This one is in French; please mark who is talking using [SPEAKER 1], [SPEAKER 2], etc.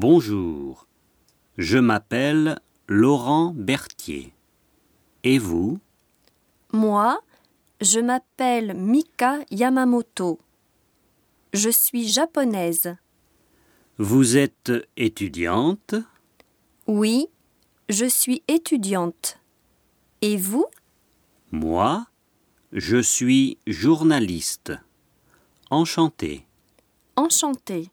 [SPEAKER 1] Bonjour, je m'appelle Laurent Berthier. Et vous
[SPEAKER 2] Moi, je m'appelle Mika Yamamoto. Je suis japonaise.
[SPEAKER 1] Vous êtes étudiante
[SPEAKER 2] Oui, je suis étudiante. Et vous
[SPEAKER 1] Moi, je suis journaliste. Enchanté.
[SPEAKER 2] Enchantée.